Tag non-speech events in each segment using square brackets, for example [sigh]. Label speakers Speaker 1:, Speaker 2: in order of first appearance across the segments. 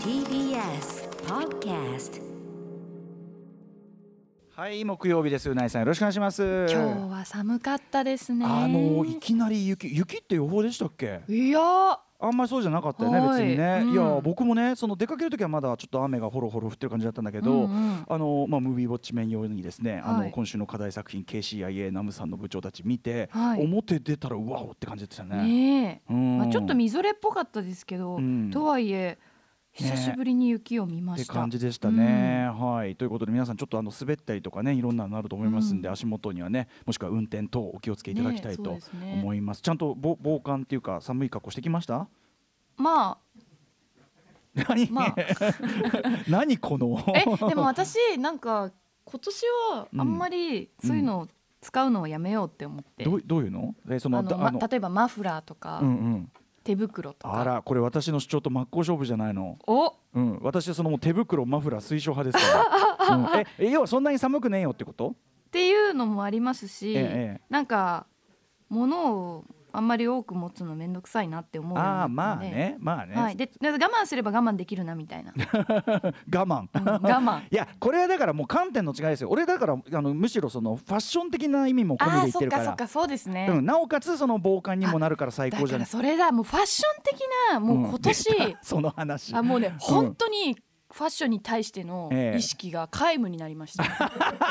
Speaker 1: TBS Podcast
Speaker 2: はい木曜日ですうないさんよろしくお願いします
Speaker 3: 今日は寒かったですね。
Speaker 2: あのいきなり雪雪って予報でしたっけ
Speaker 3: いやー
Speaker 2: あんまりそうじゃなかったよね
Speaker 3: はい
Speaker 2: 別にね、
Speaker 3: うん
Speaker 2: いや僕もねその出かける時はまだちょっと雨がほろほろ降ってる感じだったんだけど、
Speaker 3: うんうん
Speaker 2: あのまあ、ムービーウォッチ面用にですね、あ
Speaker 3: は
Speaker 2: の
Speaker 3: い
Speaker 2: 今週の課題作品 KCIA ナムさんの部長たち見て、
Speaker 3: はい
Speaker 2: 表出たらうわおって感じでしたね。
Speaker 3: ねえ、
Speaker 2: うん
Speaker 3: まあ、ちょっとみぞれっぽかったですけど、
Speaker 2: うん
Speaker 3: とはいえ久しぶりに雪を見
Speaker 2: っ
Speaker 3: ま
Speaker 2: て
Speaker 3: した。
Speaker 2: 感じでしたね、はいということで皆さんちょっとあの滑ったりとかねいろんなのあると思いますんで、
Speaker 3: うん
Speaker 2: 足元にはねもしくは運転等お気をつけいただきたい
Speaker 3: ねそう
Speaker 2: と
Speaker 3: ですね
Speaker 2: 思います,、ちゃんと防防寒っていうか寒い格好してきました
Speaker 3: うんま
Speaker 2: 何、
Speaker 3: あまあ [laughs]
Speaker 2: 何この
Speaker 3: えでも私なんか今年はあんまりそういうのを使うのをやめようって思って、
Speaker 2: どうどういうのえその
Speaker 3: あの
Speaker 2: だ
Speaker 3: ま例えばマフラーとか、
Speaker 2: うんうん、
Speaker 3: 手袋と
Speaker 2: あ
Speaker 3: から
Speaker 2: これ私の主張と真っ向勝負じゃないの、
Speaker 3: お
Speaker 2: うん、私はそのもう手袋マフラー推奨派ですから、うんええ要はそんなに寒くねえよってこと
Speaker 3: っていうのもありますし、
Speaker 2: ええええ
Speaker 3: なんか物をあんまり多く持つの面倒くさいなって思うようにな
Speaker 2: あ
Speaker 3: った
Speaker 2: あ
Speaker 3: んで
Speaker 2: まあねまあね、
Speaker 3: はい、でで我慢すれば我慢できるなみたい
Speaker 2: [laughs]
Speaker 3: な、うん
Speaker 2: 我慢
Speaker 3: 我慢
Speaker 2: [laughs] いやこれはだからもう観点の違いですよ俺だからあのむしろそのファッション的な意味も込み
Speaker 3: ああ
Speaker 2: で言っ
Speaker 3: そ
Speaker 2: て
Speaker 3: っ
Speaker 2: るか
Speaker 3: からそっかそうですね、
Speaker 2: うん、なおかつその防寒にもなるから最
Speaker 3: だ
Speaker 2: 高じ
Speaker 3: か
Speaker 2: ゃな
Speaker 3: ら
Speaker 2: い
Speaker 3: それだもうファッション的なもう今年、
Speaker 2: ん出た [laughs] その話
Speaker 3: あもうね本当にファッションに対しての
Speaker 2: ええ
Speaker 3: 意識が皆無になりました、 [laughs]
Speaker 2: 皆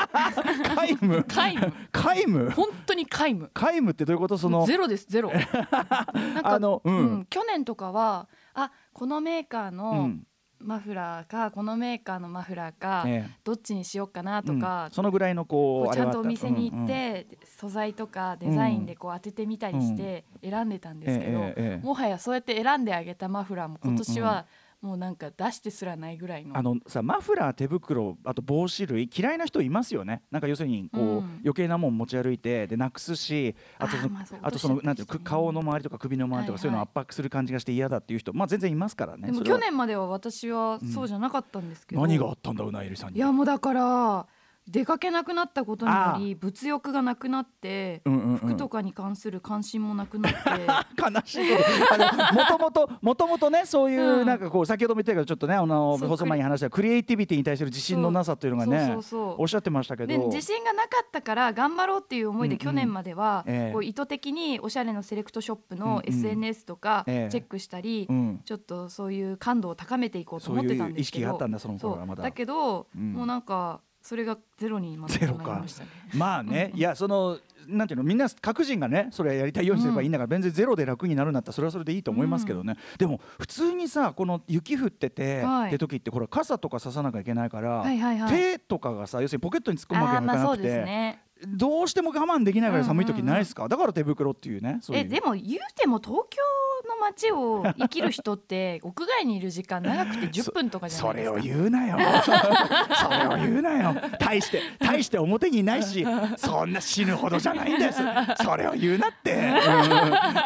Speaker 2: 無
Speaker 3: 皆無
Speaker 2: 皆無
Speaker 3: 本当に皆無
Speaker 2: 皆無ってどういうことその
Speaker 3: ゼロですゼ
Speaker 2: [laughs]
Speaker 3: ロなんか
Speaker 2: あのう
Speaker 3: うんん去年とかはあこのメーカー
Speaker 2: う
Speaker 3: の
Speaker 2: ん
Speaker 3: マフラーかこのメーカーのマフラーか、
Speaker 2: ええ
Speaker 3: どっちにしようかなと
Speaker 2: う
Speaker 3: か
Speaker 2: ん、そのぐらいの
Speaker 3: こ
Speaker 2: こう
Speaker 3: うちゃんとお
Speaker 2: あれはあった
Speaker 3: 店に行っ
Speaker 2: うんうん
Speaker 3: て素材とかデザインでこう当ててみたりして選んでたんですけ
Speaker 2: ええええええ
Speaker 3: どもはやそうやって選んであげたマフラーも今年はもうなんか出してすらないぐらいの
Speaker 2: あのさマフラー手袋あと帽子類嫌いな人いますよねなんか要するにこう、
Speaker 3: うん
Speaker 2: 余計なもん持ち歩いてでなくすしあとそ
Speaker 3: あー
Speaker 2: の
Speaker 3: ま
Speaker 2: あ
Speaker 3: あそう
Speaker 2: とその
Speaker 3: 落としちゃったりしてね
Speaker 2: なんていうのく顔の周りとか首の周りとか、
Speaker 3: はい
Speaker 2: そういうの
Speaker 3: はい
Speaker 2: 圧迫する感じがして嫌だっていう人まあ全然いますからね
Speaker 3: でも
Speaker 2: それは
Speaker 3: 去年までは私はそうじゃなかったんですけど
Speaker 2: 何があったんだうなえりさんに
Speaker 3: いやもうだから出かけなくなったことによ
Speaker 2: あ
Speaker 3: り物欲がなくなって
Speaker 2: うんうんうん
Speaker 3: 服とかに関する関心もなくなって
Speaker 2: [laughs] 悲しいあのもともともともとねそういう
Speaker 3: うん
Speaker 2: なんかこう先ほども言ったけどちょっとねあの
Speaker 3: そう
Speaker 2: 放送前に話したクリエイティビティに対する自信のなさというのが
Speaker 3: そう
Speaker 2: ね
Speaker 3: そうそうそう
Speaker 2: おっしゃってましたけ
Speaker 3: で
Speaker 2: ど
Speaker 3: 自信がなかったから頑張ろうっていう思い
Speaker 2: うん
Speaker 3: で
Speaker 2: うん
Speaker 3: 去年までは
Speaker 2: ええ
Speaker 3: こう意図的におしゃれのセレクトショップ
Speaker 2: うんう
Speaker 3: の
Speaker 2: ん
Speaker 3: SNS とかチェ
Speaker 2: ええ
Speaker 3: ックしたり
Speaker 2: うん
Speaker 3: ちょっとそういう感度を高めていこうと思ってたんですけど
Speaker 2: そういう意識があったんだその頃はまだ
Speaker 3: そうだけど
Speaker 2: うん
Speaker 3: もうなんかそれがゼロにまた
Speaker 2: ゼロ
Speaker 3: な
Speaker 2: か
Speaker 3: りましたね。
Speaker 2: まあね、いやそのなんていうのみんな各人がねそれやりたいようにすればいいんだから、全然ゼロで楽になるんだったらそれはそれでいいと思いますけどね、でも普通にさこの雪降ってて、
Speaker 3: はい
Speaker 2: って時ってこれ傘とかささなきゃいけないから、
Speaker 3: はいはいはい
Speaker 2: 手とかがさ要するにポケットに突っ込むわ
Speaker 3: あ
Speaker 2: け
Speaker 3: あ
Speaker 2: に
Speaker 3: ま
Speaker 2: はい
Speaker 3: あ
Speaker 2: か
Speaker 3: そ
Speaker 2: な
Speaker 3: う
Speaker 2: く
Speaker 3: です
Speaker 2: て、
Speaker 3: ね。
Speaker 2: どうしても我慢できないぐらい寒い時ないですか、だから手袋っていうねそういう
Speaker 3: えでも言うても東京の街を生きる人って屋外にいる時間長くて10分とかじゃな
Speaker 2: [laughs] そ
Speaker 3: いで
Speaker 2: れ
Speaker 3: す
Speaker 2: を
Speaker 3: か。
Speaker 2: 言うなよ
Speaker 3: [laughs]
Speaker 2: それを言うなよ大して大して表にいないしそんな死ぬほどじゃないんですそれを言うなって、う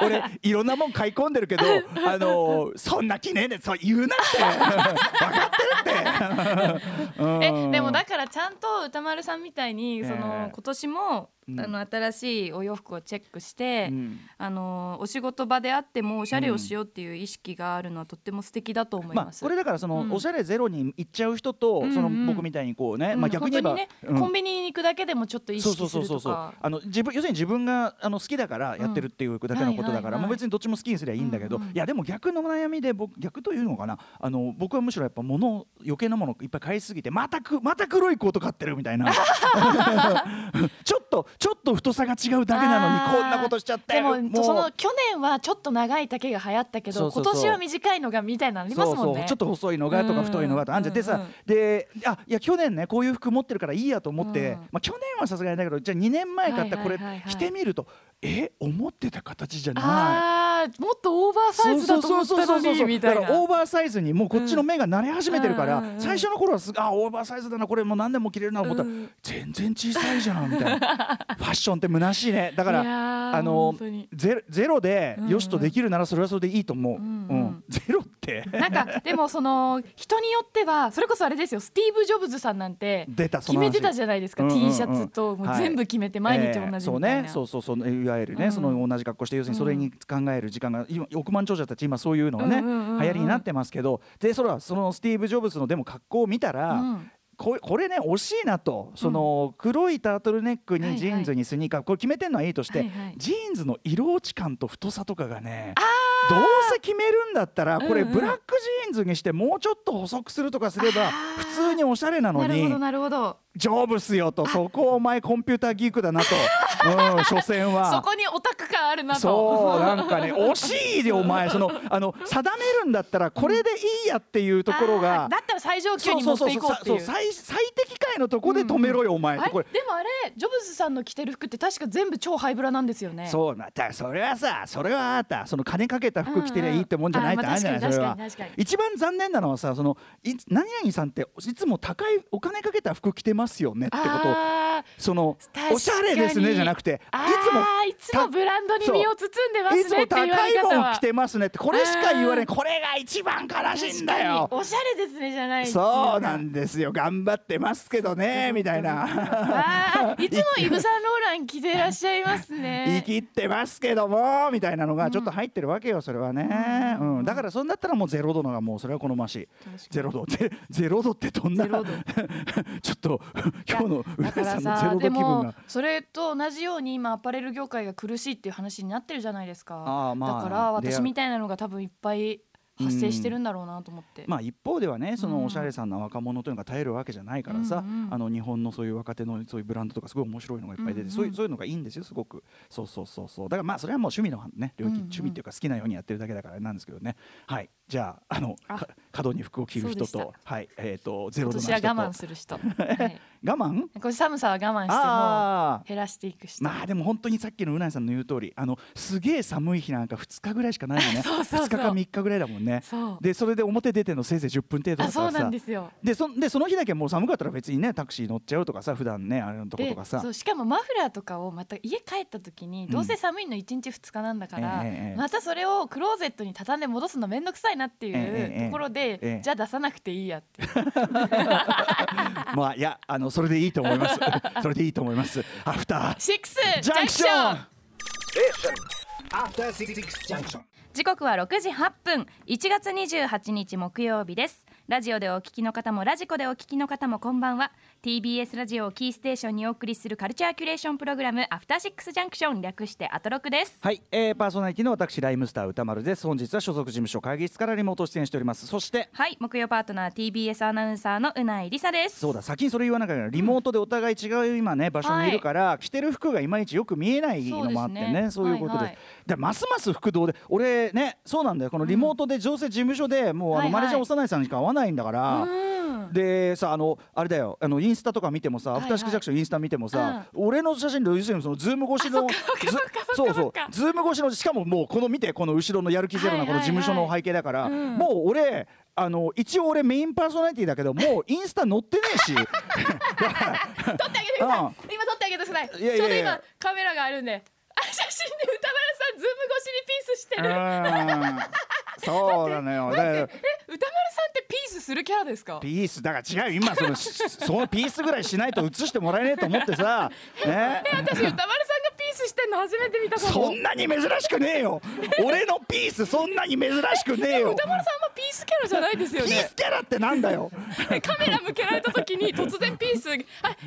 Speaker 2: ん俺いろんなもん買い込んでるけどあのそんな気ねえでそう言うなって分かってるって、う
Speaker 3: [laughs]
Speaker 2: ん
Speaker 3: えでもだからちゃんと歌丸さんみたいに
Speaker 2: ええ
Speaker 3: その今年も、
Speaker 2: うん
Speaker 3: あの新しいお洋服をチェックして、
Speaker 2: うん
Speaker 3: あのお仕事場であってもおしゃれをしようっていう意識があるのはとっても素敵だと思い
Speaker 2: ま
Speaker 3: ま
Speaker 2: あ、
Speaker 3: す。
Speaker 2: これだからその、
Speaker 3: うん
Speaker 2: おしゃれゼロに行っちゃう人と、その
Speaker 3: うんうん
Speaker 2: 僕みたいにこうね、
Speaker 3: うん
Speaker 2: まあ、逆に言えば、
Speaker 3: 本当に
Speaker 2: う
Speaker 3: ね、
Speaker 2: ん
Speaker 3: コンビニに行くだけでもちょっと意
Speaker 2: そうそ
Speaker 3: 識
Speaker 2: う
Speaker 3: す
Speaker 2: そう
Speaker 3: ると
Speaker 2: そうそう
Speaker 3: か。
Speaker 2: あの自分要するに自分があの好きだからやってるっていうだけのこと
Speaker 3: うん
Speaker 2: だから、
Speaker 3: はいはいはい
Speaker 2: もう別にどっちも好きにすりゃいいんだけど、
Speaker 3: うんうん
Speaker 2: いやでも逆の悩みで僕逆というのかなあの僕はむしろやっぱ物を余計なものいっぱい買いすぎてまたくまた黒いコート買ってるみた
Speaker 3: [laughs]
Speaker 2: いな [laughs] ちょっとちょっと太さが違うだけなのにこんなことしちゃって
Speaker 3: でも
Speaker 2: う
Speaker 3: その去年はちょっと長い丈が流行ったけど
Speaker 2: そうそうそう
Speaker 3: 今年は短いのがみたいなのあります
Speaker 2: そ
Speaker 3: も
Speaker 2: うん
Speaker 3: ね
Speaker 2: そうちょっと細いのがとか
Speaker 3: うん
Speaker 2: 太いのがとかあんじゃんで
Speaker 3: うんう
Speaker 2: さ
Speaker 3: ん
Speaker 2: であいや去年ねこういう服持ってるからいいやと思って
Speaker 3: うん
Speaker 2: まあ去年はさすがにだけどじゃあ2年前買ったこれ
Speaker 3: はいはいはいはい
Speaker 2: 着てみるとえ思ってた形じゃない。
Speaker 3: あーもっとオーバーサイズだと思ったのにみたい
Speaker 2: だか
Speaker 3: な
Speaker 2: らオーバーサイズにもうこっちの目が慣れ始めてるから、
Speaker 3: うんうんうん
Speaker 2: 最初の頃はすぐあオーバーサイズだなこれもう何年も着れるなと思ったら、
Speaker 3: うん
Speaker 2: 全然小さいじゃんみた
Speaker 3: [laughs]
Speaker 2: いなファッションって虚しいねだか
Speaker 3: いや
Speaker 2: ら
Speaker 3: ー
Speaker 2: あの
Speaker 3: 本当に
Speaker 2: ゼロゼロで
Speaker 3: うんうん
Speaker 2: よしとできるならそれはそれでいいと思う、う
Speaker 3: うんんうん
Speaker 2: ゼロってええ
Speaker 3: なんかでもその人によってはそれこそあれですよスティーブ・ジョブズさんなんて
Speaker 2: 出たそ
Speaker 3: 決
Speaker 2: の
Speaker 3: め
Speaker 2: 話
Speaker 3: てたじゃないですか、
Speaker 2: うんうんうん
Speaker 3: T シャツともう全部決めて毎日同じみたいな、
Speaker 2: ええそうねそうそうそういわゆるね、
Speaker 3: うん
Speaker 2: その同じ格好して要するにそれに考える時間が今億万長者たち今そういうのがね、
Speaker 3: うんうんうんうん
Speaker 2: 流行りになってますけどでそれはそのスティーブ・ジョブズのでも格好を見たら、
Speaker 3: うん
Speaker 2: ここれね惜しいなとその黒いタートルネック
Speaker 3: はいは
Speaker 2: に
Speaker 3: い
Speaker 2: ジーンズにスニーカー、これ決めてるのはいいとして、
Speaker 3: はいはい
Speaker 2: ジーンズの色落ち感と太さとかがねどうせ決めるんだったらこれ
Speaker 3: うんうん
Speaker 2: ブラックジーンズにしてもうちょっと細くするとかすれば
Speaker 3: あー
Speaker 2: 普通におしゃれなの
Speaker 3: なるほ
Speaker 2: に
Speaker 3: どなるほど
Speaker 2: 丈夫っすよとそこお前コンピューターギーク
Speaker 3: [laughs]
Speaker 2: だなと、うん、所詮は。
Speaker 3: そこにオタク感あるなと
Speaker 2: そうなんかね惜し
Speaker 3: [laughs]
Speaker 2: いでお前そのあの定めるんだったらこれでいいやっていうところ
Speaker 3: あ
Speaker 2: が
Speaker 3: ーだったら最上級
Speaker 2: そう
Speaker 3: に
Speaker 2: そ
Speaker 3: 持っ
Speaker 2: うそう
Speaker 3: てい
Speaker 2: そう
Speaker 3: こう
Speaker 2: さ
Speaker 3: ってい
Speaker 2: そうう最最適解のとこで止めろよお前っ
Speaker 3: あ
Speaker 2: て
Speaker 3: れで
Speaker 2: こ
Speaker 3: も
Speaker 2: れ。
Speaker 3: あれジョブズさんの着てる服って確か全部超ハイブラなんですよね
Speaker 2: そうなだからそれはさそれはあなたその金かけた服着てりゃいいってもんじゃないってあるじゃない
Speaker 3: うんうんあま
Speaker 2: そ
Speaker 3: あ
Speaker 2: れ
Speaker 3: 確か
Speaker 2: は
Speaker 3: に確かに確かに
Speaker 2: 一番残念なのはさそのい何々さんっていつも高いお金かけた服着てますよねってことを
Speaker 3: あー
Speaker 2: その
Speaker 3: 確かに
Speaker 2: おしゃれですねじゃなくてい
Speaker 3: あ
Speaker 2: つも
Speaker 3: ーいつもブランドに身を包んでます
Speaker 2: いつ
Speaker 3: ね
Speaker 2: も
Speaker 3: って言わ
Speaker 2: 高
Speaker 3: れ
Speaker 2: い
Speaker 3: 方
Speaker 2: もん
Speaker 3: は
Speaker 2: 着てますねってこれしか言われ
Speaker 3: あ
Speaker 2: んこれが一番悲しいんだ
Speaker 3: 確
Speaker 2: よ
Speaker 3: かにおしゃれですねじゃない
Speaker 2: そうなん
Speaker 3: だ
Speaker 2: ですよ頑張ってますけどねみたいな
Speaker 3: あーいつもイブ・サンローラン着てらっしゃいます
Speaker 2: 生 [laughs]
Speaker 3: ね
Speaker 2: きってますけどもみたいなのがちょっと入ってるわけよそれはね、
Speaker 3: う
Speaker 2: うんんだからそんだったらもうゼロ度のがもうそれは好ましい
Speaker 3: 確かに
Speaker 2: ゼロ度ゼゼロ度ってどんな
Speaker 3: ゼロ度
Speaker 2: [laughs] ちょっと今日の上
Speaker 3: だから
Speaker 2: さんのゼ
Speaker 3: さ
Speaker 2: ロ度
Speaker 3: で
Speaker 2: 気分
Speaker 3: も
Speaker 2: が。
Speaker 3: それと同じように今アパレル業界が苦しいっていう話になってるじゃないですか
Speaker 2: あーまあ
Speaker 3: だから
Speaker 2: 出会う
Speaker 3: 私みたいなのが多分いっぱい発生してるんだろうなと思って、
Speaker 2: まあ一方ではねそうの
Speaker 3: ん
Speaker 2: おしゃれさんな若者というのが耐えるわけじゃないからさ、
Speaker 3: うんうん
Speaker 2: あの日本のそういう若手のそういうブランドとかすごい面白いのがいっぱい出て、
Speaker 3: うんうん
Speaker 2: そういうそういうのがいいんですよすごくそうそうそうそうだからまあそれはもう趣味のね領
Speaker 3: うん
Speaker 2: 域、
Speaker 3: うん
Speaker 2: 趣味っていうか好きなようにやってるだけだからあれなんですけどねはいじゃああの
Speaker 3: あ
Speaker 2: か過度に服を着る人
Speaker 3: そうで
Speaker 2: とはいえっ、とゼロ
Speaker 3: 今
Speaker 2: 度な
Speaker 3: 年
Speaker 2: 人
Speaker 3: は
Speaker 2: と
Speaker 3: 我慢する
Speaker 2: [laughs]
Speaker 3: 人、はい、
Speaker 2: 我慢
Speaker 3: これ寒さは我慢しても
Speaker 2: ああ
Speaker 3: 減らしていく人、
Speaker 2: まあでも本当にさっきのうないさんの言う通りあのすげえ寒い日なんか2日ぐらいしかないよ
Speaker 3: [laughs]
Speaker 2: ね
Speaker 3: そうそうそう
Speaker 2: 2日か3日ぐらいだもんね
Speaker 3: そう
Speaker 2: でそれで表出てんのせいぜい10分程度だ
Speaker 3: あ
Speaker 2: か
Speaker 3: そう
Speaker 2: ら
Speaker 3: なん
Speaker 2: さ
Speaker 3: ですよ
Speaker 2: でそでその日だけもう寒かったら別にねタクシー乗っちゃうとかさ普段ねあれのとこと
Speaker 3: で
Speaker 2: かさ
Speaker 3: そうしかもマフラーとかをまた家帰った時に、
Speaker 2: ん
Speaker 3: どうせ寒いの1日2日なんだから、
Speaker 2: ええええ
Speaker 3: またそれをクローゼットに畳んで戻すの面倒くさいなってい
Speaker 2: ええええ
Speaker 3: うところで、
Speaker 2: ええ
Speaker 3: じゃあ出さなくていいやって
Speaker 2: まあいやあのそれでいいと思います
Speaker 3: [laughs]
Speaker 2: それでいいと思いますアフター
Speaker 3: シックス
Speaker 2: ジ
Speaker 3: ジ
Speaker 2: ャ
Speaker 3: ャ
Speaker 2: ン
Speaker 3: ン
Speaker 2: ク
Speaker 3: ク
Speaker 2: シ
Speaker 3: シ
Speaker 2: ョ
Speaker 3: ョ
Speaker 2: ン
Speaker 3: ン
Speaker 4: After City Junction.
Speaker 5: 時刻は6時8分1月28日木曜日ですラジオでお聞きの方もラジコでお聞きの方もこんばんは TBS ラジオをキーステーションにお送りするカルチャーキュレーションプログラムアフターシックスジャンクション略してアトロクです
Speaker 2: はい、えー、パーソナリティの私ライムスター歌丸です本日は所属事務所会議室からリモート出演しておりますそして
Speaker 5: はい木曜パートナー TBS アナウンサーのうないりさです
Speaker 2: そうだ先にそれ言わなきゃいけないリモートでお互い違う今ね場所にいるから、着てる服がいまいちよく見えないのもあってねそ
Speaker 3: そ
Speaker 2: う
Speaker 3: うですね
Speaker 2: いうことで、
Speaker 3: はいはい
Speaker 2: でますます服堂で俺ねそうなんだよこのリモートで情勢事務所でもうあの、
Speaker 3: はいはい
Speaker 2: マネージャー幼いさんにしか会わないんだから。でさあのあれだよあのインスタとか見てもさ、
Speaker 3: はい
Speaker 2: アフターシックスジャンクションインスタ見てもさ、俺の写真と要するにそのズーム越しのずそうそうズーム越しのしかももうこの見てこの後ろのやる気ゼロなこの事務所の背景だから、もう俺あの一応俺メインパーソナリティだけどもうインスタ載ってねえし
Speaker 3: 撮ってあげてください今撮ってあげてください
Speaker 2: いやいやいや
Speaker 3: ちょうど今カメラがあるんであ写真で歌丸さんズーム越しにピースして
Speaker 2: う
Speaker 3: るえ
Speaker 2: ーんそうなのよだから
Speaker 3: 歌丸さんってピースするキャラですか
Speaker 2: ピースだから違うよ今そのしそのピースぐらいしないと映してもらえねえと思ってさ、ね、
Speaker 3: 私歌丸さんがピースしてんの初めて見たかも
Speaker 2: そんなに珍しくねえ
Speaker 3: [laughs]
Speaker 2: よ俺のピースそんなに珍しくねえよ
Speaker 3: 歌丸さんはピースキャラじゃないですよ
Speaker 2: ピー
Speaker 3: ね
Speaker 2: スキャラってなんだよ
Speaker 3: カメラ向けられた時に突然ピー
Speaker 2: [laughs]
Speaker 3: スあ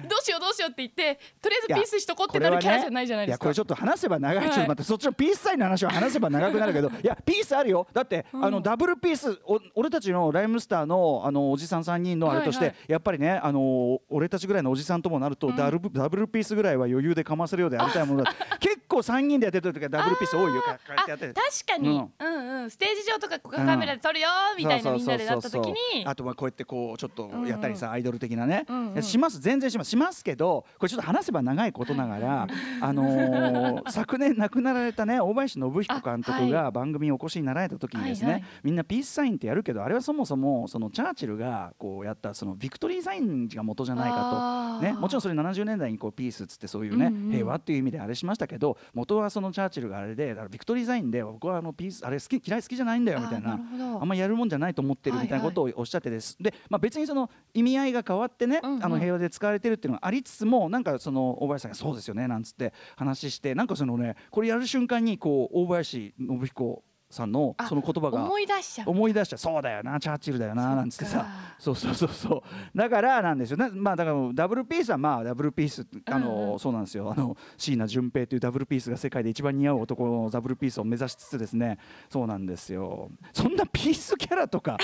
Speaker 3: どうしようどうしようって言ってとりあ [laughs] えずピースしとこうってなるキャラじゃないじゃないです
Speaker 2: これは
Speaker 3: か
Speaker 2: ねいやこれちょっと話せば長い、
Speaker 3: はい
Speaker 2: ちょっと待ってそっちのピースサインの話は話せば長くなるけど
Speaker 3: [laughs]
Speaker 2: いやピースあるよだって、あのダブルピースお俺たちのライムスターのあのおじさん3人のあれとして、
Speaker 3: はいはい
Speaker 2: やっぱりねあの俺たちぐらいのおじさんともなると、ダブルダブルピースぐらいは余裕でかませるようでありたいも
Speaker 3: [laughs]
Speaker 2: のだ結構3人でやってる時はダブルピース多いよこうやっ
Speaker 3: あ
Speaker 2: てやって
Speaker 3: 確か
Speaker 2: る
Speaker 3: に、
Speaker 2: う
Speaker 3: うんん、うんステージ上とかここカメラで撮るよーみたいな
Speaker 2: そう
Speaker 3: みん
Speaker 2: そ
Speaker 3: な
Speaker 2: う
Speaker 3: で
Speaker 2: そ
Speaker 3: な
Speaker 2: う
Speaker 3: っ
Speaker 2: そ
Speaker 3: た
Speaker 2: う
Speaker 3: 時に
Speaker 2: あとまあこうやってこうちょっとやったりさ、アイドル的なね、
Speaker 3: うんうん
Speaker 2: します全然しますしますけどこれちょっと話せば長いことながら、あの
Speaker 3: [laughs]
Speaker 2: ー昨年亡くなられたね大林信彦監督
Speaker 3: あは
Speaker 2: が番組にお越しになられた時にですね、
Speaker 3: はいはい
Speaker 2: みんなピースサインってやるけどあれはそもそもそのチャーチルがこうやったそのビクトリーサインが元じゃないか
Speaker 3: あ
Speaker 2: と、
Speaker 3: ー
Speaker 2: ね、もちろんそれ70年代にこうピースっつってそういうね、
Speaker 3: うんうん
Speaker 2: 平和っていう意味であれしましたけど元はそのチャーチルがあれでだからビクトリーサインで僕はあのピースあれ好き嫌い好きじゃないんだよみたい
Speaker 3: あ
Speaker 2: な
Speaker 3: ーなるほど
Speaker 2: あんまやるももんじゃないと思ってるみたいなことをおっしゃってです、で、まあ、別にその意味合いが変わってね、
Speaker 3: うんうん
Speaker 2: あの平和で使われてるっていうのがありつつもなんかその大林さんが「そうですよね」なんつって話してなんかそのねこれやる瞬間にこう大林信彦さんの
Speaker 3: あ
Speaker 2: その言葉が
Speaker 3: 思い出しちゃう
Speaker 2: 思い出したそうだよなチャーチルだよななんつって
Speaker 3: そっ
Speaker 2: さ
Speaker 3: か
Speaker 2: そうそうそうそうだからなんですよなまあだからダブルピースはまあダブルピースあの、
Speaker 3: うんう
Speaker 2: そうなんですよあの椎名淳平というダブルピースが世界で一番似合う男のダブルピースを目指しつつですねそうなんですよそんなピースキャラ
Speaker 3: [laughs]
Speaker 2: とか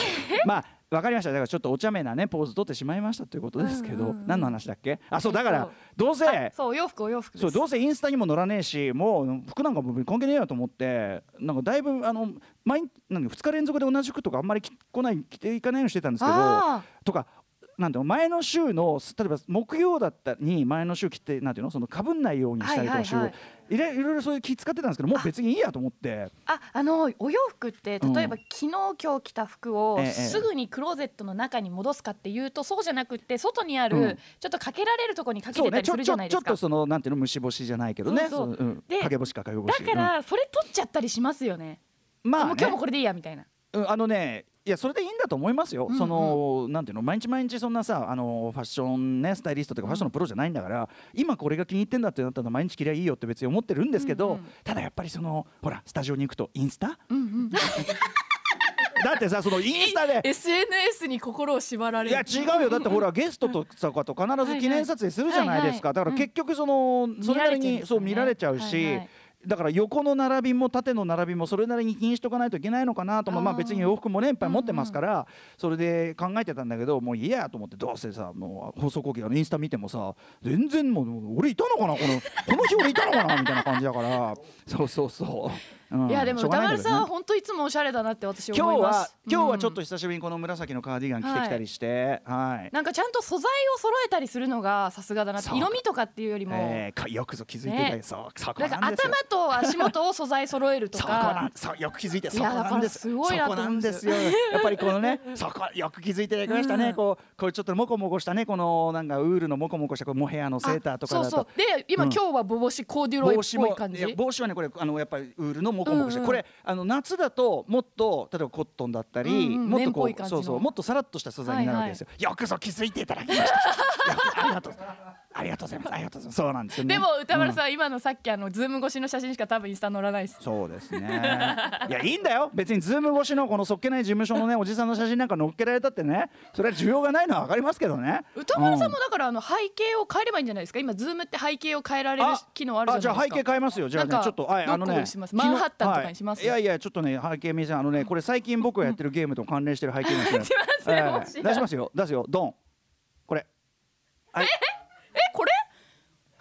Speaker 2: まあわかりましただからちょっとお茶目なねポーズ取ってしまいましたということですけど、
Speaker 3: うんうんうん
Speaker 2: 何の話だっけあそうだ
Speaker 3: え
Speaker 2: か
Speaker 3: っ
Speaker 2: ら
Speaker 3: と
Speaker 2: どうせ
Speaker 3: あそうお洋服お洋服です
Speaker 2: そうどうせインスタにも載らねえしもう服なんかもう関係ねえよと思ってなんかだいぶあの毎なん2日連続で同じ服とかあんまり着来ない着ていかないようにしてたんですけど
Speaker 3: あ
Speaker 2: とか。なんていうの前の週のす例えば木曜だったに前の週着てなんていうのそのかぶんないようにしたりと
Speaker 3: はい
Speaker 2: か
Speaker 3: はいは
Speaker 2: 週、
Speaker 3: い
Speaker 2: いろいろいろそういう気使ってたんですけどもう別にいいやと思って
Speaker 3: ーああのお洋服って
Speaker 2: うん
Speaker 3: 例えば、昨日今日着た服を
Speaker 2: ええ
Speaker 3: すぐにクローゼットの中に戻すかっていうとそうじゃなくって外にある、
Speaker 2: うん
Speaker 3: ちょっとかけられるとこにかけ
Speaker 2: そ
Speaker 3: て
Speaker 2: う
Speaker 3: た
Speaker 2: ね
Speaker 3: り
Speaker 2: ち
Speaker 3: す
Speaker 2: ょ
Speaker 3: る
Speaker 2: ち
Speaker 3: じゃ
Speaker 2: ょ
Speaker 3: ない
Speaker 2: ち
Speaker 3: で
Speaker 2: ょっ
Speaker 3: すか
Speaker 2: と。そのなんていうの虫干しじゃないけどね
Speaker 3: そうそう
Speaker 2: うん
Speaker 3: で
Speaker 2: 陰干しか陰干
Speaker 3: だ
Speaker 2: し
Speaker 3: からそれ取っちゃったりしますよね。
Speaker 2: うんまあ
Speaker 3: もう
Speaker 2: ね
Speaker 3: 今日もこれでいいやみたいな。
Speaker 2: うんあのねいやそれでいいんだと思いますよ、
Speaker 3: うんうん
Speaker 2: そのなんていうの毎日毎日そんなさあのファッションねスタイリストとかファッションのプロじゃないんだから、今これが気に入ってんだってなったら毎日着りゃいいよって別に思ってるんですけど、
Speaker 3: うんうん
Speaker 2: ただやっぱりそのほらスタジオに行くとインスタ
Speaker 3: うん [laughs] うん、
Speaker 2: だってさそのインスタで
Speaker 3: SNS に心を縛られ
Speaker 2: い
Speaker 3: る。
Speaker 2: や違うよだってほらゲストとかと必ず記念撮影するじゃないですか、
Speaker 3: はいはい
Speaker 2: だから結局その、それなりにそう見られちゃうし。だから横の並びも縦の並びもそれなりに気にしとかないといけないのかなともまあ
Speaker 3: あー
Speaker 2: 別に洋服もねいっぱい持ってますから、それで考えてたんだけどもういいやと思ってどうせさもう放送後期あのインスタ見てもさ全然もうもう俺いたのかなこのこの日俺いたのかなみたいな感じだから [laughs] そうそうそう、うん
Speaker 3: いやでも
Speaker 2: しょう
Speaker 3: 歌
Speaker 2: がないん
Speaker 3: 丸
Speaker 2: だけどね
Speaker 3: さんは本当いつもおしゃれだなって私
Speaker 2: 今
Speaker 3: 思
Speaker 2: 日
Speaker 3: いま
Speaker 2: は
Speaker 3: す。
Speaker 2: 今日はちょっ
Speaker 3: う
Speaker 2: と
Speaker 3: ん
Speaker 2: 久しぶりにこの紫のカーディガン着てきたりして、はい
Speaker 3: なんかちゃんと素材を揃えたりするのがさすがだなって
Speaker 2: そう
Speaker 3: 色味とかっていうよりも、
Speaker 2: えーかよくぞ気づいてたよ、
Speaker 3: ね
Speaker 2: そうそこ
Speaker 3: なんか
Speaker 2: なんですよ
Speaker 3: 頭と足元を素材揃えると
Speaker 2: そこな
Speaker 3: か
Speaker 2: ん、そうよく気づいて、
Speaker 3: い
Speaker 2: そこ
Speaker 3: や
Speaker 2: なんです。
Speaker 3: だからすごいな
Speaker 2: そ
Speaker 3: と思
Speaker 2: こな
Speaker 3: うんん
Speaker 2: で
Speaker 3: ですす
Speaker 2: よ。やっぱりこ
Speaker 3: [laughs]
Speaker 2: のね、そこよく気づいていただきましたね。
Speaker 3: うん
Speaker 2: こう、こういうちょっとモコモコしたね、このなんかウールのモコモコしたこうモヘアのセーターとか
Speaker 3: あ
Speaker 2: だ
Speaker 3: そうそ
Speaker 2: と
Speaker 3: う。で今、
Speaker 2: うん
Speaker 3: 今日は帽子コーデュロイっ
Speaker 2: 帽子
Speaker 3: ぽ
Speaker 2: も
Speaker 3: い感じ
Speaker 2: いや帽子はねこれあのやっぱりウールのモコモコして、
Speaker 3: うんうん
Speaker 2: これあの夏だともっと例えばコットンだったり、
Speaker 3: うんうん
Speaker 2: もっと
Speaker 3: 綿っぽ
Speaker 2: こ
Speaker 3: いう感じ
Speaker 2: そ
Speaker 3: の
Speaker 2: うそうもっとさらっとした素材になるわけですよ、よくぞ気づいていただきました [laughs] よくありがとうありがとうございますありがとうございますそうなんですよね
Speaker 3: でも歌丸
Speaker 2: うん
Speaker 3: さん、今のさっきあのズーム越しの写真しか多分インスタ載らないです
Speaker 2: そうですね。いやいいんだよ。別にズーム越しのこのそっけない事務所のねおじさんの写真なんか載っけられたってね、それは需要がないのはわかりますけどね。
Speaker 3: 歌丸さんも
Speaker 2: う
Speaker 3: だからあの背景を変えればいいんじゃないですか今ズームって背景を変えられる
Speaker 2: あ
Speaker 3: 機能あるじゃないですか
Speaker 2: あじゃあ背景変えますよ。じゃあね
Speaker 3: なんか
Speaker 2: ちょっとあいあの
Speaker 3: どこ
Speaker 2: ね
Speaker 3: にします
Speaker 2: 昨日
Speaker 3: マンハッタンとかにします
Speaker 2: はいいやいやちょっとね背景見せあ
Speaker 3: [laughs]
Speaker 2: のねこれ最近僕がやってるゲームと関連してる背景なんです
Speaker 3: すいません面
Speaker 2: ええ
Speaker 3: 白い
Speaker 2: 出しますよ出すよドンこれ。はい
Speaker 3: えこれ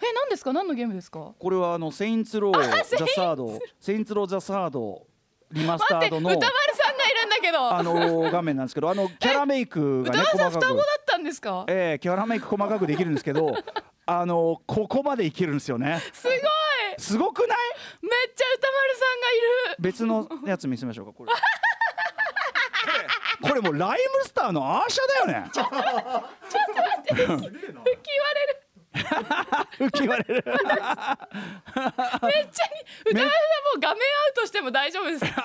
Speaker 3: え何ですか何のゲームですか
Speaker 2: これはあのセインツローザサードセインツローザサードリマスタ
Speaker 3: 待っ
Speaker 2: ー
Speaker 3: て
Speaker 2: ド
Speaker 3: 歌
Speaker 2: の
Speaker 3: 丸さんがいるんだけど
Speaker 2: あの画面なんですけどあのキャラメイクが
Speaker 3: 歌
Speaker 2: ね
Speaker 3: 丸
Speaker 2: 細
Speaker 3: さん
Speaker 2: か
Speaker 3: 双子
Speaker 2: く
Speaker 3: だ。ったんですか
Speaker 2: ええキャラメイク細かくできるんですけどあのここまでいけるんですよね
Speaker 3: すごい
Speaker 2: すごくない
Speaker 3: めっちゃ歌丸さんがいる
Speaker 2: 別のやつ見せましょうか
Speaker 3: [laughs]
Speaker 2: これこれこれもうライムスターのアーシャだよね
Speaker 3: 浮き割れる
Speaker 2: 浮き割れる
Speaker 3: めっちゃに歌丸さんもう画面アウトしても大丈夫ですご本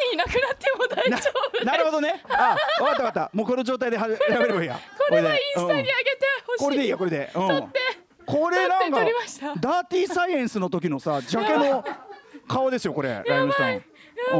Speaker 3: 人いなくなっても大丈夫です
Speaker 2: なるほどねあ分かった分かったもうこの状態ではじやめればいいや
Speaker 3: これはインスタに上げて
Speaker 2: うん
Speaker 3: ほしい、
Speaker 2: これでいいやこれで、うん、これなんか
Speaker 3: 撮って撮りました
Speaker 2: ダーティーサイエンスの時のさジャケの顔です
Speaker 3: [laughs]
Speaker 2: よこれライムスターや
Speaker 3: あ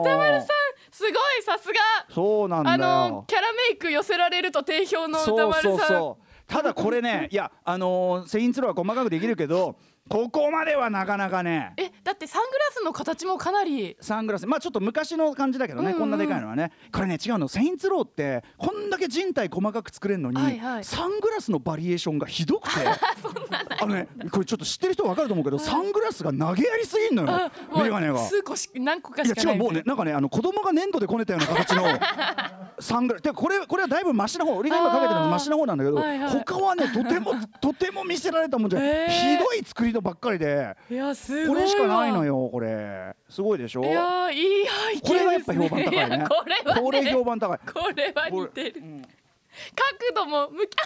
Speaker 3: 歌丸さんすごいさすが
Speaker 2: そうなんだ
Speaker 3: あ
Speaker 2: よ
Speaker 3: のキャラメイク寄せられると定評の歌丸さん
Speaker 2: そうそうそうただこれねいやあのーセインツローは細かくできるけどここまではなかなかね
Speaker 3: えだってサングラスの形もかなり
Speaker 2: サングラスまあちょっと昔の感じだけど
Speaker 3: う
Speaker 2: ね、
Speaker 3: んうん
Speaker 2: こんなでかいのはねこれね違うのセインツローってこんだけ人体細かく作れるのに、
Speaker 3: はいはい
Speaker 2: サングラスのバリエーションがひ
Speaker 3: [laughs]
Speaker 2: どくてあのねこれちょっと知ってる人わかると思うけど、サングラスが投げやりすぎんのよ
Speaker 3: もう
Speaker 2: メガネが。
Speaker 3: 数個し何個か
Speaker 2: い
Speaker 3: しかな
Speaker 2: や違
Speaker 3: いう
Speaker 2: もうねなんかねあの子供が粘土でこねたような形の
Speaker 3: [laughs]
Speaker 2: サングラスでこれこれはだいぶマシな方俺が今かけてるのはマシな方なんだけど、
Speaker 3: あーはいはい
Speaker 2: 他はねと
Speaker 3: [laughs]
Speaker 2: てもとても見せられたもんじゃない、
Speaker 3: えー
Speaker 2: ひどい作りのばっかりで
Speaker 3: いやす
Speaker 2: こ
Speaker 3: ごいわ
Speaker 2: れしかないのよこれすごいでしょ
Speaker 3: いやーいい背景ですね
Speaker 2: これがやっぱ評判高いね
Speaker 3: やこれはね
Speaker 2: これ評判高い
Speaker 3: [laughs] これは似てる角度も向き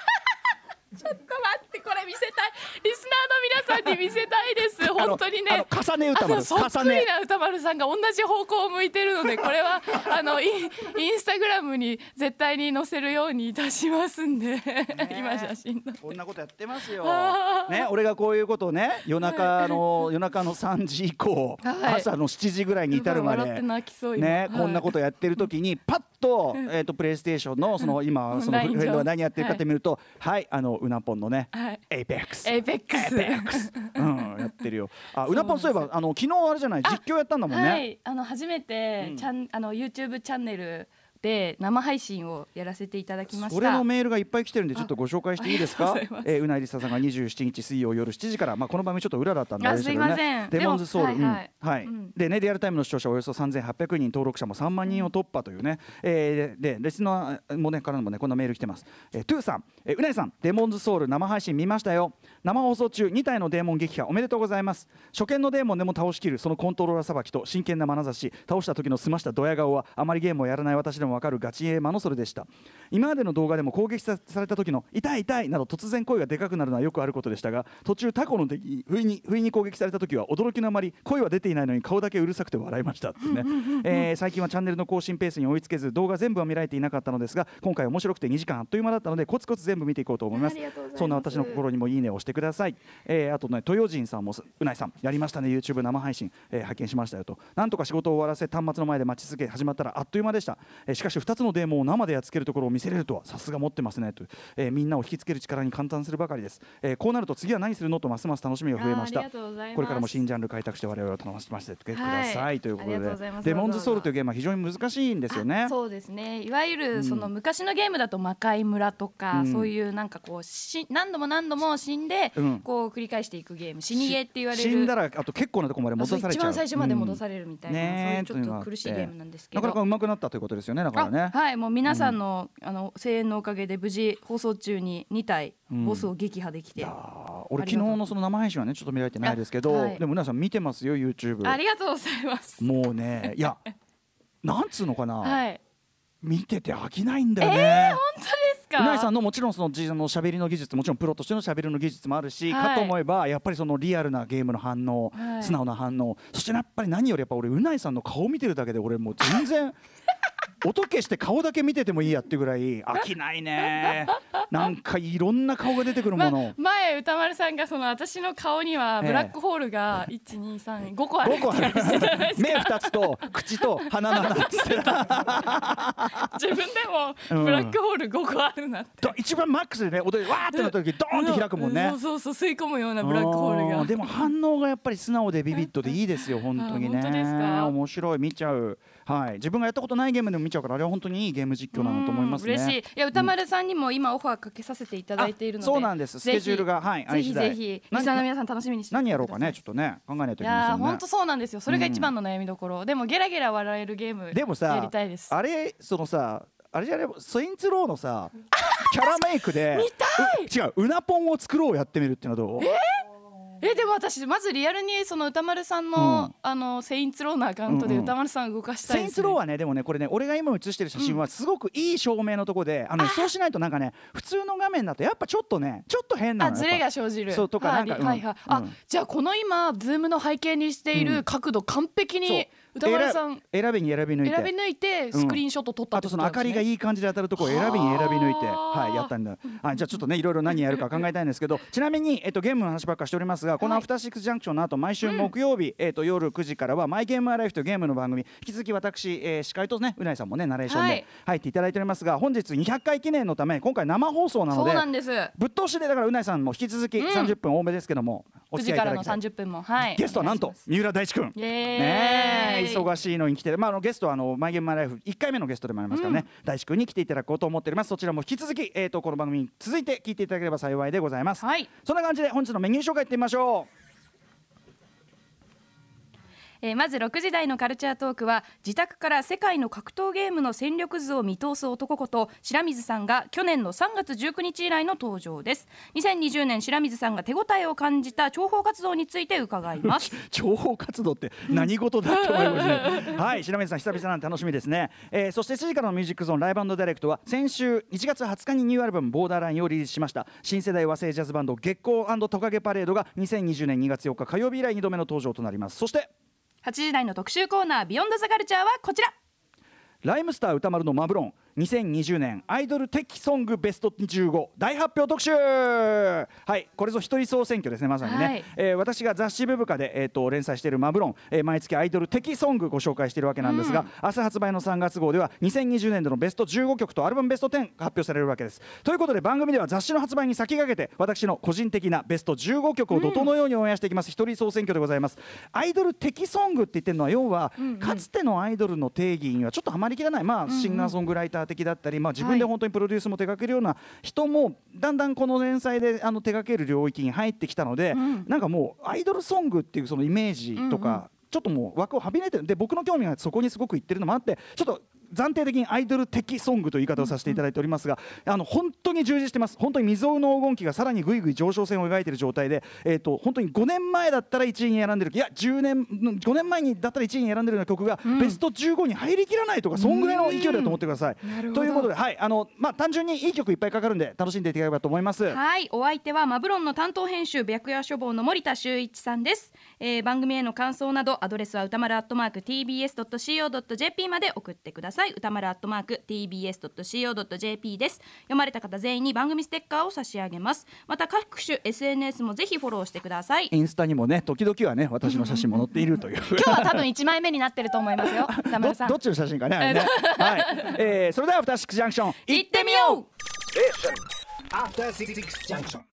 Speaker 3: ちょっと待ってこれ見せたいリスナーの皆さんに見せたいです
Speaker 2: [laughs] あの
Speaker 3: 本当にね
Speaker 2: あの重ね歌丸
Speaker 3: あのそっく
Speaker 2: 重
Speaker 3: り
Speaker 2: ね
Speaker 3: な歌丸さんが同じ方向を向いてるのでこれは [laughs] あのインインスタグラムに絶対に載せるようにいたしますんで、今写真の
Speaker 2: こんなことやってますよ
Speaker 3: あ。ー
Speaker 2: ね、俺がこういうことをね、夜中の、夜中の3時以降、
Speaker 3: はい
Speaker 2: 朝の7時ぐらいに至るま
Speaker 3: 笑って
Speaker 2: で。
Speaker 3: 泣きそう今
Speaker 2: ね、こんなこととやってる時にパッと,、えー、とプレイステーションのその今その
Speaker 3: ライン
Speaker 2: フ
Speaker 3: 上
Speaker 2: レンドが何やってるかって見るとはい、あのうなぽんのね、
Speaker 3: はい
Speaker 2: エイペックス
Speaker 3: エイペックス
Speaker 2: うん、やってるよあ
Speaker 3: そう
Speaker 2: うなぽんそういえばあの昨日あれじゃない実況やったんだもんね、
Speaker 3: はい、あの初めて、
Speaker 2: うん
Speaker 3: ちゃんあの YouTube チャンネルで生配信をやらせていただきました。
Speaker 2: それのメールがいっぱい来てるんでちょっとご紹介していいです
Speaker 3: あ
Speaker 2: か
Speaker 3: ありがとうございます
Speaker 2: えーうなりささんが27日水曜夜7時から、まあ、この番組ちょっと裏だったんで
Speaker 5: あ
Speaker 2: あれですけど
Speaker 5: すいませ
Speaker 2: ね
Speaker 5: ん
Speaker 2: デモンズソウル
Speaker 5: でもはいはい
Speaker 2: うんはい
Speaker 5: うん
Speaker 2: でねリアルタイムの視聴者およそ3800人登録者も3万人を突破というね、えーででレスナーもねからもねこんなメール来てます、えー、トゥーさん、えーうなりさんデモンズソウル生配信見ましたよ生放送中2体のデーモン撃破おめでとうございます初見のデーモンでも倒しきるそのコントローラーさばきと真剣な眼差し倒した時の澄ましたドヤ顔はあまりゲームをやらない私でもわかるガチエーマのそれでした今までの動画でも攻撃さされた時の痛い痛いなど突然声がでかくなるのはよくあることでしたが途中タコの敵不意に不意に攻撃された時は驚きのあまり声は出ていないのに顔だけうるさくて笑いましたってねえー最近はチャンネルの更新ペースに追いつけず動画全部は見られていなかったのですが今回面白くて2時間あっという間だったのでコツコツ全部見ていこうと思います
Speaker 5: ありがとうございます
Speaker 2: そんな私の心にもいいねを押してください、えーあとね豊人さんもすうないさんやりましたね YouTube 生配信、えー拝見しましたよとなんとか仕事を終わらせ端末の前で待ち続け始まったらあっという間でした、えーしかし2つのデーモンを生でやっつけるところを見せれるとはさすが持ってますねと、えーみんなを引きつける力に感嘆するばかりです、えーこうなると次は何するのとますます楽しみが増えました
Speaker 5: あーありがとうございます
Speaker 2: これからも新ジャンル開拓して我々を楽しませてください、
Speaker 5: はい
Speaker 2: ということで
Speaker 5: ありがとうございます
Speaker 2: デモンズソウルというゲームは非常に難しいんですよね
Speaker 5: あそうですねいわゆ
Speaker 2: うん
Speaker 5: るその昔のゲームだと魔界村とか、
Speaker 2: うん
Speaker 5: そういうなんかこうし何度も何度も死んで、
Speaker 2: うん
Speaker 5: こう繰り返していくゲーム死にゲーって言われる
Speaker 2: 死んだらあと結構なとこまで戻されちゃう
Speaker 5: そう一番最初まで戻
Speaker 2: れ
Speaker 5: されるみたいな、
Speaker 2: ねえ
Speaker 5: そういうちょっと苦しい
Speaker 2: と
Speaker 5: ゲ
Speaker 2: うのがあって
Speaker 5: ームなんですけ
Speaker 2: な
Speaker 5: ど
Speaker 2: かなか上手くなったということですよねだからね
Speaker 5: あはいもう皆さんの,、あの声援のおかげで無事放送中に2体
Speaker 2: うん
Speaker 5: ボスを撃破でき
Speaker 2: い
Speaker 5: て、
Speaker 2: やー俺
Speaker 5: あ
Speaker 2: 昨
Speaker 5: り
Speaker 2: 日
Speaker 5: がとう
Speaker 2: のその生配信はねちょっと見られてないですけど、
Speaker 5: あはい
Speaker 2: でも皆さん見てますよ YouTube
Speaker 5: ありがとうございます
Speaker 2: もうねいやなんつうのかな、
Speaker 5: はい
Speaker 2: 見てて飽きないんだよね、
Speaker 5: 本当ですか
Speaker 2: うなぎさんのもちろんそのじの喋りの技術もちろんプロとしての喋りの技術もあるし、
Speaker 5: はい
Speaker 2: かと思えばやっぱりそのリアルなゲームの反応、
Speaker 5: はい
Speaker 2: 素直な反応そしてやっぱり何よりやっぱ俺うなぎさんの顔見てるだけで俺もう全
Speaker 5: [laughs]
Speaker 2: 然音消して顔だけ見ててもいいやってぐらい飽きないねなんかいろんな顔が出てくるも
Speaker 3: ま
Speaker 2: の、
Speaker 3: 前歌丸さんがその私の顔には
Speaker 2: ええ
Speaker 3: ブラックホールが一二三五個ある
Speaker 2: 5
Speaker 3: って
Speaker 2: 個ある
Speaker 3: 話してたじゃないですか
Speaker 2: 目2つと口と鼻の穴っつっ
Speaker 3: [laughs]
Speaker 2: て
Speaker 3: 自分で
Speaker 2: う
Speaker 3: も
Speaker 2: ん
Speaker 3: ブラックホール5個あるなって、
Speaker 2: と一番マックスでね踊りわーってなった時ドーンって開くもんね
Speaker 3: うそうそうそう吸い込むようなブラックホール
Speaker 2: あ
Speaker 3: が
Speaker 2: でも反応がやっぱり素直でビビッドでいい
Speaker 5: [laughs]
Speaker 2: ですよ本当にね
Speaker 3: あ本当ですか
Speaker 2: 面白い見ちゃうはい自分がやったことないゲームでも見ちゃうからあれは本当にいいゲーム実況だなと思いますね
Speaker 5: うん嬉しいいや歌丸さんにも今オファーかけさせていただいているので、
Speaker 2: あそうなんですスケジュールがはいあ
Speaker 5: ぜ
Speaker 2: り
Speaker 5: ひ
Speaker 2: 次
Speaker 5: ぜ
Speaker 2: 第
Speaker 5: ひリ
Speaker 2: 何
Speaker 5: スナーの皆さん楽しみにしててください
Speaker 2: 何やろうかねちょっとね考えないと
Speaker 5: い
Speaker 2: いけま
Speaker 5: や
Speaker 2: せ
Speaker 5: ー
Speaker 2: ん
Speaker 5: ほん
Speaker 2: ね
Speaker 5: とそうなんですよそれが一番の悩みどころ、でもゲラゲラ笑えるゲーム
Speaker 2: でも
Speaker 5: や
Speaker 2: さ
Speaker 5: りたいです
Speaker 2: あれそのさあれじゃねソインツローの
Speaker 5: [laughs]
Speaker 2: さキャラメイクでう違ううなぽんを作ろうやってみるっていうのはどう
Speaker 5: えでも私まずリアルにその歌丸さんの、
Speaker 2: うん
Speaker 5: あのセインツローのアカウント
Speaker 2: う
Speaker 5: で
Speaker 2: んうん
Speaker 5: 歌丸さんを動かした
Speaker 2: セ
Speaker 5: い
Speaker 2: イン
Speaker 5: です、
Speaker 2: ス
Speaker 5: ね
Speaker 2: ローはねでもねこれね俺が今写してる写真はすごくいい照明のとこで、あのそうしないとなんかね普通の画面だとやっぱちょっとねちょっと変な
Speaker 5: あ
Speaker 2: の
Speaker 5: ズレが生じる
Speaker 2: そうとか
Speaker 5: はい
Speaker 2: なんか
Speaker 5: はいはい
Speaker 2: うん
Speaker 5: あじゃあこの今ズームの背景にしていうる
Speaker 2: ん
Speaker 5: 角度完璧
Speaker 2: そう
Speaker 5: に歌丸さん
Speaker 2: 選びに選び抜いて
Speaker 5: 選び抜いてスクリーンショット撮ったっ
Speaker 2: あと
Speaker 5: てこ
Speaker 2: そ
Speaker 5: と
Speaker 2: の
Speaker 5: な
Speaker 2: 明
Speaker 5: んです、
Speaker 2: か
Speaker 5: ね、
Speaker 2: りがいい感じで当たるとこを選びに選び抜いて、
Speaker 5: はあ
Speaker 2: はい、やったんだあじゃあちょっとねいろいろ何やるか考えたいんですけど [laughs] ちなみに、えっと、ゲームの話ばっかしておりますがこの「アフターシックスジャンクション」の後毎週木曜日、えっと、夜9時からは「マイゲームアライフ」というゲームの番組引き続き私、えー司会とねうないさんもねナレーション
Speaker 5: は
Speaker 2: で
Speaker 5: い
Speaker 2: 入っていただいておりますが本日200回記念のため今回生放送なの
Speaker 5: そう
Speaker 2: で
Speaker 5: なんです
Speaker 2: ぶっ通しでだからうないさんも引き続き
Speaker 5: ん
Speaker 2: 30分多めですけども、お
Speaker 5: 9
Speaker 2: 付
Speaker 5: 時
Speaker 2: き合
Speaker 5: か
Speaker 2: いい
Speaker 5: ら
Speaker 2: ただ
Speaker 5: の
Speaker 2: きたい
Speaker 5: 30分もはい
Speaker 2: ゲストはなんと三浦大知君
Speaker 5: イ
Speaker 2: ね
Speaker 5: エー
Speaker 2: え
Speaker 5: イ
Speaker 2: 忙しいのに来てまああのゲストはあのマイゲームマイライフ1回目のゲストでもありますからね、大知君に来ていただこうと思っておりますそちらも引き続きえっ、とこの番組に続いて聞いていただければ幸いでございます、
Speaker 5: はい
Speaker 2: そんな感じで本日のメニュー紹介いってみましょう
Speaker 5: えーまず6時台のカルチャートークは自宅から世界の格闘ゲームの戦力図を見通す男こと白水さんが去年の3月19日以来の登場です2020年白水さんが手応えを感じた諜報活動について伺います
Speaker 2: [laughs] 情報活動って何事だって思います
Speaker 5: [laughs]
Speaker 2: ねはい白水さん久々なんで楽しみですね、えーそして7時からのミュージックゾーンライブディレクトは先週1月20日にニューアルバム「ボーダーライン」をリリースしました新世代和製ジャズバンド月光トカゲパレードが2020年2月4日火曜日以来2度目の登場となりますそして
Speaker 5: 8時台の特集コーナービヨンドザカルチャーはこちら
Speaker 2: ライムスター歌丸のマブロン2020年アイドル的ソングベスト25大発表特集はいこれぞ一人総選挙ですねまさにね、
Speaker 5: はい
Speaker 2: えー私が雑誌ブブカで、えー、と連載しているマブロン、えー毎月アイドル的ソングご紹介しているわけなんですが、明日発売の3月号では2020年度のベスト15曲とアルバムベスト10が発表されるわけですということで番組では雑誌の発売に先駆けて私の個人的なベスト15曲を怒涛のようにオンエアしていきます、一人総選挙でございますアイドル的ソングって言ってるのは要は、かつてのアイドルの定義にはちょっとはまりきらないまあ、シンガーソングライター的だったり、まあ、自分で
Speaker 5: はい
Speaker 2: 本当にプロデュースも手掛けるような人もだんだんこの連載であの手掛ける領域に入ってきたので、なんかもうアイドルソングっていうそのイメージとか、ちょっともう枠をはびれてるで僕の興味がそこにすごくいってるのもあってちょっと暫定的にアイドル的ソングという言い方をさせていただいておりますが、あの本当に充実してます本当に未曾有の黄金期がさらにぐいぐい上昇線を描いている状態で、えー、と本当に5年前だったら1位に選んでるいや10年5年前にだったら1位に選んでるような曲が、ベスト15に入りきらないとかそんぐらいの勢いだと思ってください。ということで、はいあのまあ、単純にいい曲いっぱいかかるんで楽しんでいただければと思います。
Speaker 5: はい、お相手はマブロンの担当編集白夜書房の森田修一さんです、えー番組への感想などアドレスは歌丸アットマーク tbs.co.jp まで送ってください歌丸アットマーク tbs.co.jp です読まれた方全員に番組ステッカーを差し上げますまた各種 SNS もぜひフォローしてください
Speaker 2: インスタにもね時々はね私の写真も載っているという
Speaker 4: 今日は多分一枚目になってると思いますよ。田
Speaker 2: ど
Speaker 4: 村さん
Speaker 2: どっ。ちの写真かねあれね、はいえーそれでは「アフターシックスジャンクション」
Speaker 5: 行ってみよう
Speaker 2: After Six Junction.